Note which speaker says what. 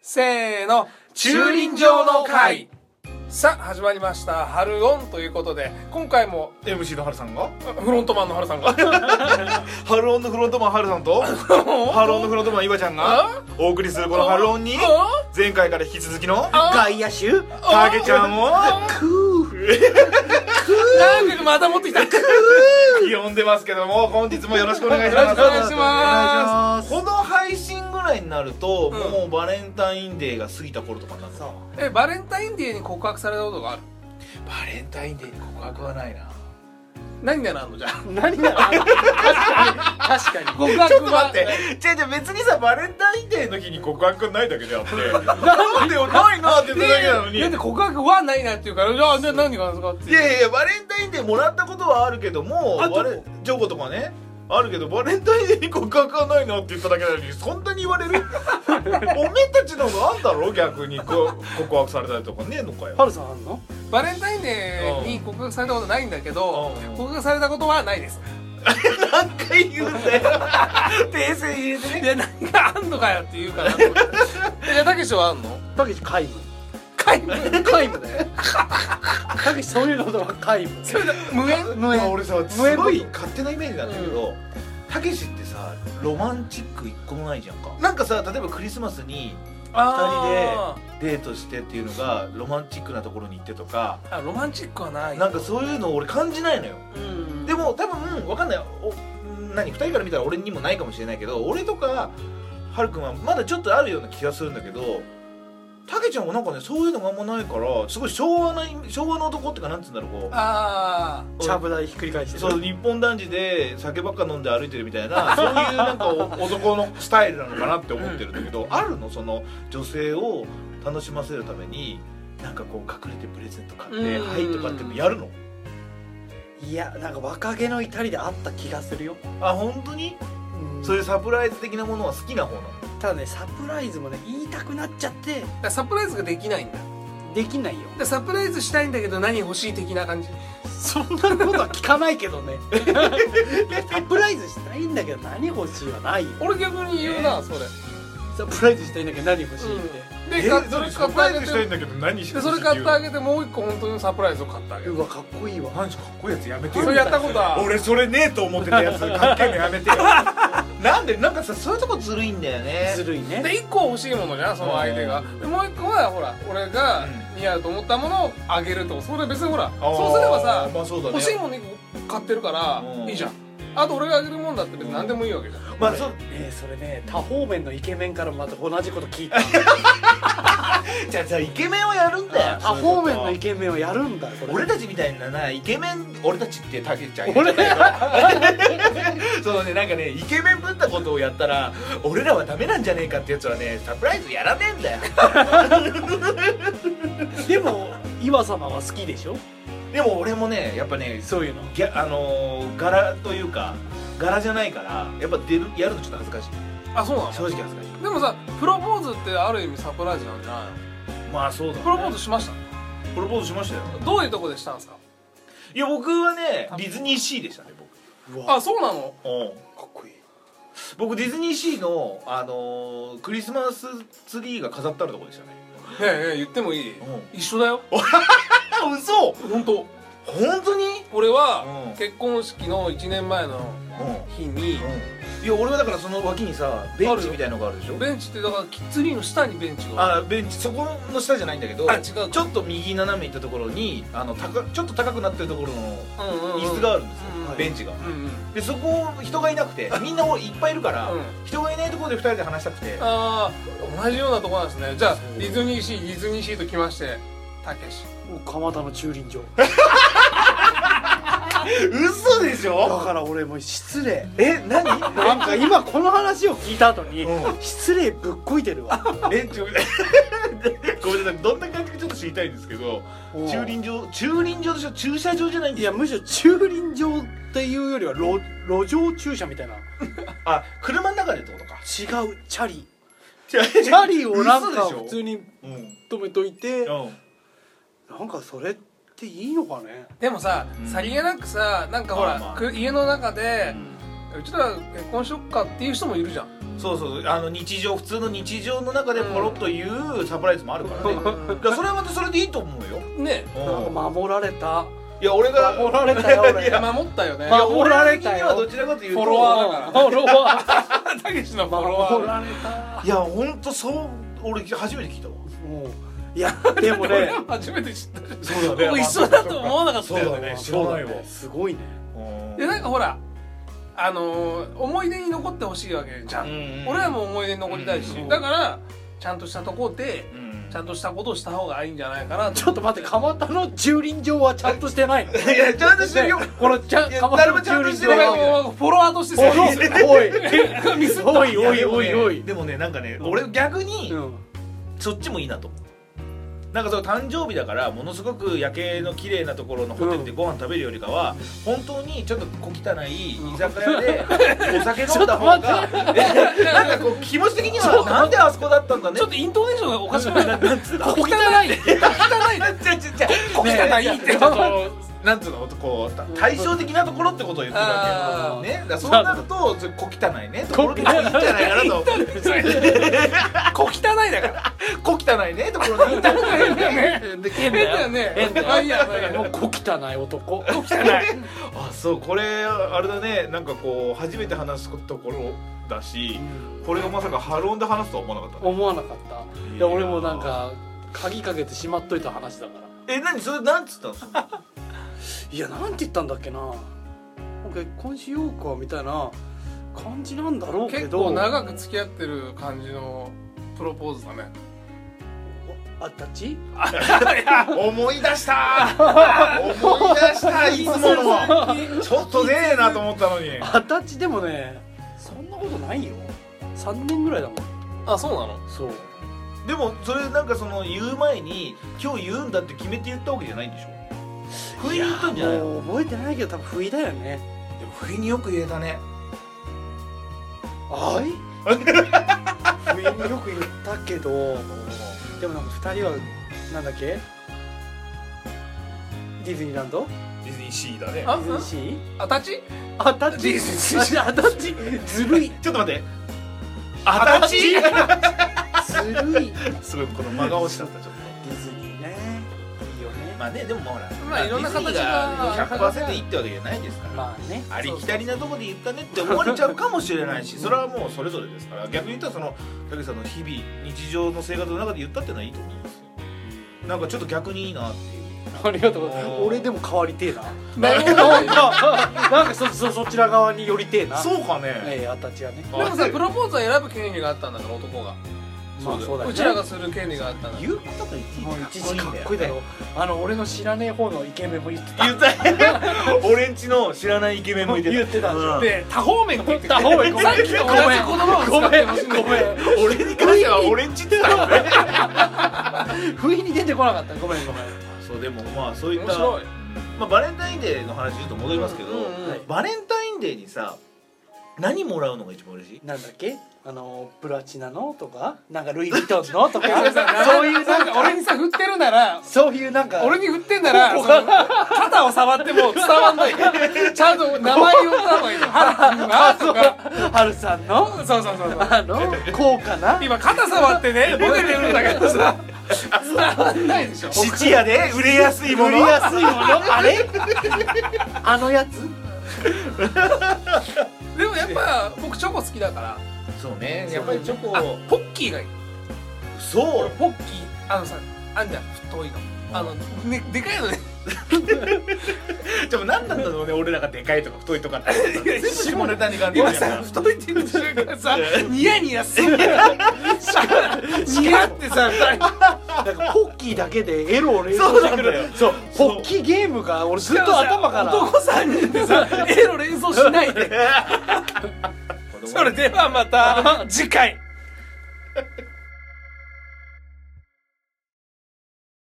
Speaker 1: せーの駐輪場の会さあ始まりました「春オン」ということで今回も
Speaker 2: MC のハルさんが
Speaker 1: あフロントマンの春さんが
Speaker 2: ハルオンのフロントマンハルさ んとハルオンのフロントマンイワちゃんがお送りするこのハルオンに
Speaker 1: あ
Speaker 2: 前回から引き続きの
Speaker 1: あ
Speaker 2: 外野手タゲちゃんを
Speaker 1: なんかまた持ってきたよ
Speaker 2: 呼んでますけども本日もよろしくお願いし
Speaker 1: ろ
Speaker 2: ま
Speaker 1: し
Speaker 2: す
Speaker 1: くお願いしま
Speaker 2: この配信ぐらいになると、
Speaker 1: うん
Speaker 2: もうバレンタインデーが過ぎた頃とかになるの
Speaker 1: すえバレンタインデーに告白されたことがある
Speaker 2: バレンタインデーに告白はないな
Speaker 1: 何がなんのじゃあ
Speaker 3: 何だろう確かに確か
Speaker 1: 告白は
Speaker 2: ちょっと待ってじゃじゃ別にさバレンタインデーの日に告白 ないだけであってなんでよないなって言っただけなのに
Speaker 1: ねだって告白はないなっていうからじゃあじゃあ何がなんですかって
Speaker 2: いやいやいやバレンタインデーもらったことはあるけども
Speaker 3: あ
Speaker 2: バレ
Speaker 3: どこ
Speaker 2: ジョコとかねあるけどバレンタインデーに告白はないなって言っただけなのにそんなに言われ るおめえたちの方があんだろ逆にこ告白されたりとかねえのか
Speaker 3: に
Speaker 2: よ
Speaker 3: ハルさんあんの
Speaker 1: バレンタインデーに告白されたことないんだけど
Speaker 2: うん
Speaker 1: 告白されたことはないです
Speaker 2: 何回言うんだよ 訂正入れて
Speaker 1: いや何があんのかよって言う かなと思ってえじゃあたけしはあんの
Speaker 3: たけし皆無
Speaker 1: 皆無
Speaker 3: 皆無だよたけしそういうのことは皆無
Speaker 1: それで無縁
Speaker 3: 無縁
Speaker 2: 俺さ
Speaker 3: 無縁
Speaker 2: すごい勝手なイメージなんだけどたけしってさロマンチック一個もないじゃんかなんかさ例えばクリスマスに
Speaker 1: あ
Speaker 2: デートしてっていうのがロマンチックなところに行ってとか
Speaker 1: ーあロマンチックはない
Speaker 2: なんかそういうのを俺感じないのよ
Speaker 3: うん
Speaker 2: でも多分わかんないお何2人から見たら俺にもないかもしれないけど俺とかはるくんはまだちょっとあるような気がするんだけどたけちゃんはなんかねそういうのがあんまないからすごい昭和な昭和の男っていうかなんつうんだろうこう
Speaker 1: あ
Speaker 3: ちゃぶ台ひっくり返してる
Speaker 2: そう日本男児で酒ばっか飲んで歩いてるみたいなそういうなんかお 男のスタイルなのかなって思ってるんだけど、あるのその女性を楽しませるためになんかこう隠れてプレゼント買って「
Speaker 1: うん
Speaker 2: はい」とかってやるの
Speaker 3: いやなんか若気の至りであった気がするよ、
Speaker 2: あ本当に
Speaker 3: うん
Speaker 2: そういうサプライズ的なものは好きな方なの
Speaker 3: ただねサプライズもね言いたくなっちゃって
Speaker 1: あサプライズができないんだ
Speaker 3: できないよ
Speaker 1: でサプライズしたいんだけど何欲しい的な感じ
Speaker 3: そんなことは聞かないけど ねいやサプライズしたいんだけど何欲しいはないよ
Speaker 1: 俺逆に言うな、それ
Speaker 3: サプライズしたいんだけど何欲しいって、
Speaker 1: でかそれ買ってあげて
Speaker 2: んだけど何し
Speaker 1: でそれ買ってあげてもう一個本当のサプライズを買ってあげ
Speaker 3: う
Speaker 1: る
Speaker 3: わかっこいいわ
Speaker 2: 何しかっこいいやつやめて
Speaker 1: そ
Speaker 2: よ
Speaker 1: れやったことは
Speaker 2: 俺それねえと思ってたやつかっけえのやめてよ なんでなんかさそういうとこずるいんだよね
Speaker 3: ずるいね
Speaker 1: で一個欲しいものじゃんその相手が
Speaker 2: うん
Speaker 1: でもう一個はほら俺が似合うと思ったものをあげるとそれ別にほら
Speaker 2: あー
Speaker 1: そうすればさ
Speaker 2: まあそうだね
Speaker 1: 欲しいもの一個買ってるから
Speaker 2: うん
Speaker 1: いいじゃんあと俺があげるもんだって別に何でもいいわけじゃん
Speaker 2: まあそう
Speaker 3: ねえそれね多方面のイケメンからまた同じこと聞いた
Speaker 2: じゃあじゃあイケメンをやるんだよ
Speaker 3: 多方面のイ
Speaker 2: ケ
Speaker 3: ケメンをやるんだこれ
Speaker 2: 俺たちみたいななイケメン俺たちってたけちゃん
Speaker 3: 俺
Speaker 2: そのねなんかねイケメンぶったことをやったら俺らはダメなんじゃねえかってやつはねサプライズやらねえんだよ
Speaker 3: でも岩様は好きでしょ
Speaker 2: でも俺もねやっぱね
Speaker 3: そういうの
Speaker 2: ギャあのー、柄というか柄じゃないからやっぱ出るやるのちょっと恥ずかしい
Speaker 1: あそうなの
Speaker 2: 正直恥ずかし
Speaker 1: でもさプロポーズってある意味サプライズなんじゃないの
Speaker 2: いまあそうだ、ね、
Speaker 1: プロポーズしました
Speaker 2: プロポーズしましたよ
Speaker 1: どういうとこでしたんですか
Speaker 2: いや僕はねディズニーシーでしたね僕
Speaker 3: うわ
Speaker 1: あそうなの
Speaker 2: うん
Speaker 3: かっこいい
Speaker 2: 僕ディズニーシーの、あのー、クリスマスツリーが飾ってあるとこでしたね
Speaker 1: へえへえ言ってもいい
Speaker 2: うん
Speaker 1: 一緒だよ
Speaker 2: あ嘘
Speaker 1: 本当
Speaker 2: 本当に
Speaker 1: 俺
Speaker 2: う
Speaker 1: は
Speaker 2: ん
Speaker 1: 結婚式の1年前の日に
Speaker 2: うんいや俺はだからその脇にさベンチみたいのがあるでしょ
Speaker 1: ベンチってだからキッズリーの下にベンチがある
Speaker 2: あベンチそこの下じゃないんだけど
Speaker 1: あ違うか
Speaker 2: ちょっと右斜め行ったところにあの高ちょっと高くなってるところの
Speaker 1: うんうんうん
Speaker 2: 椅子があるんですよ、
Speaker 1: うん
Speaker 2: ベンチが
Speaker 1: うんうん
Speaker 2: でそこ人がいなくてみんなおいっぱいいるから、
Speaker 1: うん
Speaker 2: 人がいないところで2人で話したくて
Speaker 1: ああ同じようなとこなんですねじゃあ
Speaker 2: そう
Speaker 1: ディズニーシーディズニーシーと来ましてたけし
Speaker 3: もう蒲田の駐 輪場
Speaker 2: 嘘でし
Speaker 3: だ
Speaker 2: ょ
Speaker 3: から俺もう失礼
Speaker 2: え何
Speaker 3: なんか今この話を聞いた後に
Speaker 2: う
Speaker 3: 失礼ぶっこいてるわ
Speaker 2: えちょ ごめんなさいどんな感じかちょっと知りたいんですけど駐輪場駐輪場でしょ駐車場じゃないん
Speaker 3: い
Speaker 2: です
Speaker 3: やむしろ駐輪場っていうよりは路路上駐車みたいな
Speaker 2: あ車の中でってことか
Speaker 3: 違うチャリ
Speaker 2: チ
Speaker 3: チャリをなんか
Speaker 2: 嘘でしょ
Speaker 3: 普通に
Speaker 2: うん、
Speaker 3: 止めといて
Speaker 2: うん、
Speaker 3: なんかそれっていいのかね
Speaker 1: でもさ、
Speaker 2: うん
Speaker 1: さりげなくさなんかほら、
Speaker 2: まあまあ
Speaker 1: く家の中で、うちら結婚しよっかっていう人もいるじゃん
Speaker 2: そうそうあの日常普通の日常の中でポロッと言うサプライズもあるからね、だ
Speaker 3: うん
Speaker 2: からそれはまたそれでいいと思うよ、
Speaker 1: ね
Speaker 2: うん
Speaker 3: なんか守られた
Speaker 2: いや俺が
Speaker 3: 守られたよ俺
Speaker 1: いや守ったよね
Speaker 3: まあ
Speaker 2: 俺
Speaker 3: 守られた
Speaker 2: 的に
Speaker 3: よ
Speaker 2: はどちらかという
Speaker 1: フ
Speaker 2: と
Speaker 1: ォロワーだから
Speaker 3: フォロワ ー
Speaker 1: たけしのフォロワ
Speaker 3: 守
Speaker 1: ー
Speaker 3: られた
Speaker 2: いや本当そう俺初めて聞いたわ
Speaker 3: もういやでもね
Speaker 1: 初めて知ったし
Speaker 2: そう
Speaker 1: 僕一緒だと思わなかった
Speaker 2: そう
Speaker 1: よ
Speaker 2: だね
Speaker 1: ね
Speaker 2: 知らないわ
Speaker 3: すごいね
Speaker 1: でなんかほらあのー思い出に残ってほしいわけじゃん、俺はもう思い出に残りたいし、
Speaker 3: うん
Speaker 1: だからちゃんとしたとこで
Speaker 2: うん、うん
Speaker 1: ちゃんとしたことをした方がいいんじゃないかな
Speaker 3: ちょっと待って蒲田の駐輪場はちゃんとしてないの
Speaker 2: いやちゃんとしてるよ
Speaker 3: このちゃ
Speaker 2: いや
Speaker 3: 蒲田
Speaker 2: 誰
Speaker 3: の
Speaker 2: もちゃん
Speaker 3: 駐
Speaker 2: と
Speaker 3: 輪
Speaker 2: して
Speaker 1: ご
Speaker 3: 場
Speaker 1: めん
Speaker 3: は
Speaker 1: ごめんフォロワーとして
Speaker 3: おい
Speaker 1: さ
Speaker 3: おい
Speaker 1: 結果ミスった
Speaker 3: おいおい
Speaker 2: や
Speaker 3: おいおい
Speaker 2: でもねなんかね
Speaker 3: うん
Speaker 2: 俺逆に
Speaker 3: うん
Speaker 2: そっちもいいなと思うなんかその誕生日だからものすごく夜景の綺麗なところのホテルでご飯食べるよりかは本当にちょっと小汚い居酒屋でお酒飲んだ方がえ なんかこう気持ち的にはなんであそこだったんだね
Speaker 1: ちょっとイントネーションがおかしくない
Speaker 2: ななんつうの
Speaker 1: 汚い汚い
Speaker 2: ちゃちゃちゃ
Speaker 1: 小汚いってちょっと
Speaker 2: なんつうのこうた対照的なところってことを言ってる
Speaker 1: あ
Speaker 2: わ
Speaker 1: ー
Speaker 2: けねだからそうなるとちょっと小汚いねところでいいんじゃないかなと
Speaker 1: 小汚いだから
Speaker 2: 小汚いねところでいいんじゃないかな
Speaker 3: で変
Speaker 1: 変だよ
Speaker 3: だよ
Speaker 1: ね
Speaker 3: 変だよ
Speaker 1: あいやいや
Speaker 3: もう小汚い男
Speaker 1: 小汚い
Speaker 2: あそうこれあれだねなんかこう初めて話すところだしこれがまさかハロンで話すとは思わなかったね
Speaker 3: 思わなかったいや俺もなんか鍵かけてしまっといた話だから
Speaker 2: え何それなんつったの
Speaker 3: いやなんて言ったんだっけなもう結婚しようかみたいな感じなんだろうけど
Speaker 1: 結構長く付き合ってる感じのプロポーズだね
Speaker 3: あたち
Speaker 2: 思い出したー思い出したいつものちょっとねえなと思ったのに
Speaker 3: あたちでもねそんなことないよ3年ぐらいだもん
Speaker 1: あそうなの
Speaker 3: そう
Speaker 2: でもそれなんかその言う前に今日言うんだって決めて言ったわけじゃないんでしょ不意に言ったんじゃないの
Speaker 3: もう覚えてないけど多分不意だよね
Speaker 2: でも不意によく言えたね
Speaker 3: はい 不意によく言ったけどでもなんか2人はなんだっけディズニーランド
Speaker 2: ディズニーシーだね
Speaker 1: あ
Speaker 3: ディズニーシー
Speaker 1: あたち
Speaker 3: あた
Speaker 1: デ
Speaker 3: ち
Speaker 1: ィズニーシ
Speaker 3: あたち ずるい
Speaker 2: ちょっと待ってあたち
Speaker 3: ずるいディ
Speaker 2: すごいこの真顔しちゃったちょっと
Speaker 3: ズニーねいいよね
Speaker 2: まあねでもほら
Speaker 1: まあいろんな形が
Speaker 2: ディズニーが100%いいってわけじゃないですから、
Speaker 3: まあね
Speaker 2: ありきたりなとこで言ったねって思われちゃうかもしれないしそれはもうそれぞれですから逆に言ったらその武さんの日々日常の生活の中で言ったってのはいいと思いますよなんかちょっと逆にいいなっていう
Speaker 3: ありがとうござい
Speaker 2: お
Speaker 3: ます
Speaker 2: ー
Speaker 3: 俺でも変わりてえな
Speaker 1: なるほ
Speaker 3: なん
Speaker 1: ど
Speaker 3: かなんかそそそちら側に寄りてえな
Speaker 2: そうかね、
Speaker 3: ええあたちはね
Speaker 1: でもさプロポーズは選ぶ権利があったんだから男が
Speaker 3: まあそうだよね
Speaker 1: うちらがする権利があったんだ
Speaker 2: 言うことがいちいち
Speaker 3: もう一時
Speaker 2: か
Speaker 3: か
Speaker 2: っ
Speaker 3: っ
Speaker 2: こ
Speaker 3: こ
Speaker 2: い
Speaker 3: い
Speaker 2: い
Speaker 3: い
Speaker 2: だ
Speaker 3: だ
Speaker 2: よ
Speaker 3: ろあの俺の知らねえ方のイケメンも言ってた
Speaker 2: 言うた俺んちの知らないイケメンもいてた
Speaker 3: 言ってたでしょ
Speaker 2: うん
Speaker 1: で多方面って言って
Speaker 3: 多方面ごめん
Speaker 1: さっきと同じ言葉を使ってほしいんだよ
Speaker 3: ごめん
Speaker 2: 俺に関しては俺んちって言ったよね
Speaker 3: 不意に出てこなかったごめんごめん
Speaker 2: そうでもまあそういった
Speaker 1: 面白い
Speaker 2: まあ、バレンタインデーの話ちょっと戻りますけど、
Speaker 1: うんうん
Speaker 3: はい
Speaker 2: バレンタインデーにさ何もらうのが一番嬉しい
Speaker 3: なんだっけあのプラチナのとかなんかルイ・ヴィトンのとか
Speaker 1: そ
Speaker 3: そうう
Speaker 1: い
Speaker 3: いうう
Speaker 1: な
Speaker 3: なん
Speaker 1: か
Speaker 3: んか
Speaker 1: 俺にさ振ってるなら
Speaker 3: そういうなんか
Speaker 1: 俺に振ってんならその肩を触っても伝わん ないからちゃんと名前呼んだ方が いいよハル君がと
Speaker 3: ハルさんの
Speaker 1: かそうそうそうそう
Speaker 3: あのこうかな
Speaker 1: 今肩触って ね出てるんだけど さ伝わんないでしょ
Speaker 2: 質屋で売れやすいも
Speaker 3: 売
Speaker 2: の
Speaker 3: りやすいものあれあのやつ
Speaker 1: でもやっぱ僕チョコ好きだから
Speaker 2: そうねやっぱりチョコ
Speaker 1: あポッキーがいい
Speaker 2: そ
Speaker 1: 俺
Speaker 2: う
Speaker 1: ポッキーあのさあんじゃん太いのあのねでかいのね
Speaker 2: でも何なんだろうね俺らがでかいとか太いとかって全部下ネタに感じる
Speaker 1: 今
Speaker 2: じゃ
Speaker 1: さ
Speaker 2: ん
Speaker 1: 太いって言ってるから さニヤ ニヤするからニヤってさ二人
Speaker 3: なんかポッキーだけでエロを連
Speaker 2: そう
Speaker 3: 想し
Speaker 2: な
Speaker 3: て
Speaker 2: ん
Speaker 3: く
Speaker 2: だ
Speaker 3: る
Speaker 2: よ
Speaker 3: そうポ
Speaker 2: そう
Speaker 3: ッキーゲームが俺ずっと頭から
Speaker 1: 男三人でさエロ連想しないでそれではまた次回